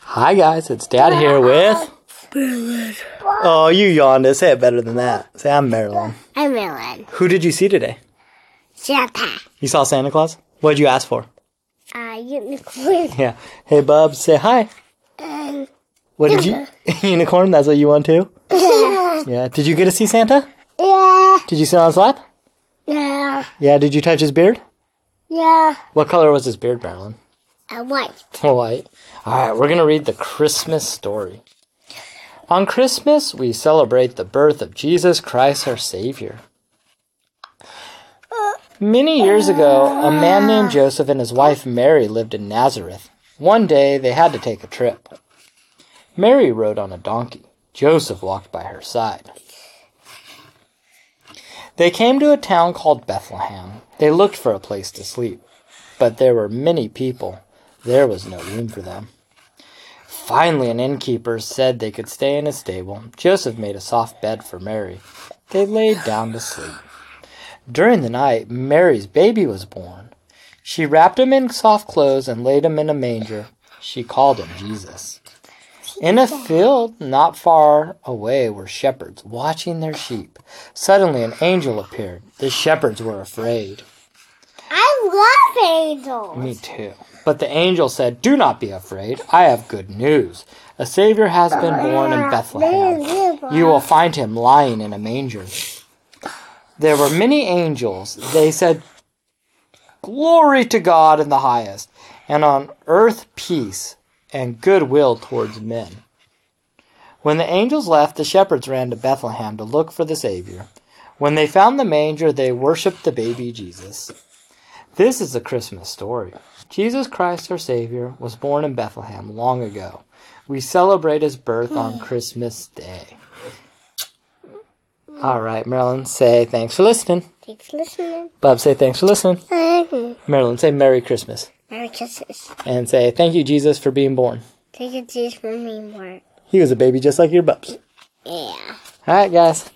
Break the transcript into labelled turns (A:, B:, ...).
A: Hi guys, it's Dad here with. Oh, you yawned. it. Say it better than that. Say I'm Marilyn.
B: I'm Ellen.
A: Who did you see today?
B: Santa.
A: You saw Santa Claus. What would you ask for?
B: Uh, unicorn.
A: Yeah. Hey, Bub. Say hi.
B: Um,
A: What did you? Unicorn. That's what you want too.
B: yeah.
A: Yeah. Did you get to see Santa?
B: Yeah.
A: Did you sit on his lap?
B: Yeah.
A: Yeah. Did you touch his beard?
B: Yeah.
A: What color was his beard, Marilyn?
B: A white.
A: White. All right, we're going to read the Christmas story. On Christmas, we celebrate the birth of Jesus Christ, our Savior. Many years ago, a man named Joseph and his wife Mary lived in Nazareth. One day, they had to take a trip. Mary rode on a donkey. Joseph walked by her side. They came to a town called Bethlehem. They looked for a place to sleep, but there were many people. There was no room for them. Finally, an innkeeper said they could stay in a stable. Joseph made a soft bed for Mary. They laid down to sleep. During the night, Mary's baby was born. She wrapped him in soft clothes and laid him in a manger. She called him Jesus. In a field not far away were shepherds watching their sheep. Suddenly, an angel appeared. The shepherds were afraid.
B: I love angels.
A: Me too. But the angel said, Do not be afraid. I have good news. A Savior has been born in Bethlehem. You will find him lying in a manger. There were many angels. They said, Glory to God in the highest, and on earth peace and goodwill towards men. When the angels left, the shepherds ran to Bethlehem to look for the Savior. When they found the manger, they worshiped the baby Jesus. This is the Christmas story. Jesus Christ, our Savior, was born in Bethlehem long ago. We celebrate his birth on Christmas Day. All right, Marilyn, say thanks for listening.
B: Thanks for listening.
A: Bob, say thanks for listening.
B: Mm-hmm.
A: Marilyn, say Merry Christmas.
B: Merry Christmas.
A: And say thank you, Jesus, for being born.
B: Take a juice for me more.
A: He was a baby just like your bubs.
B: Yeah.
A: All right, guys.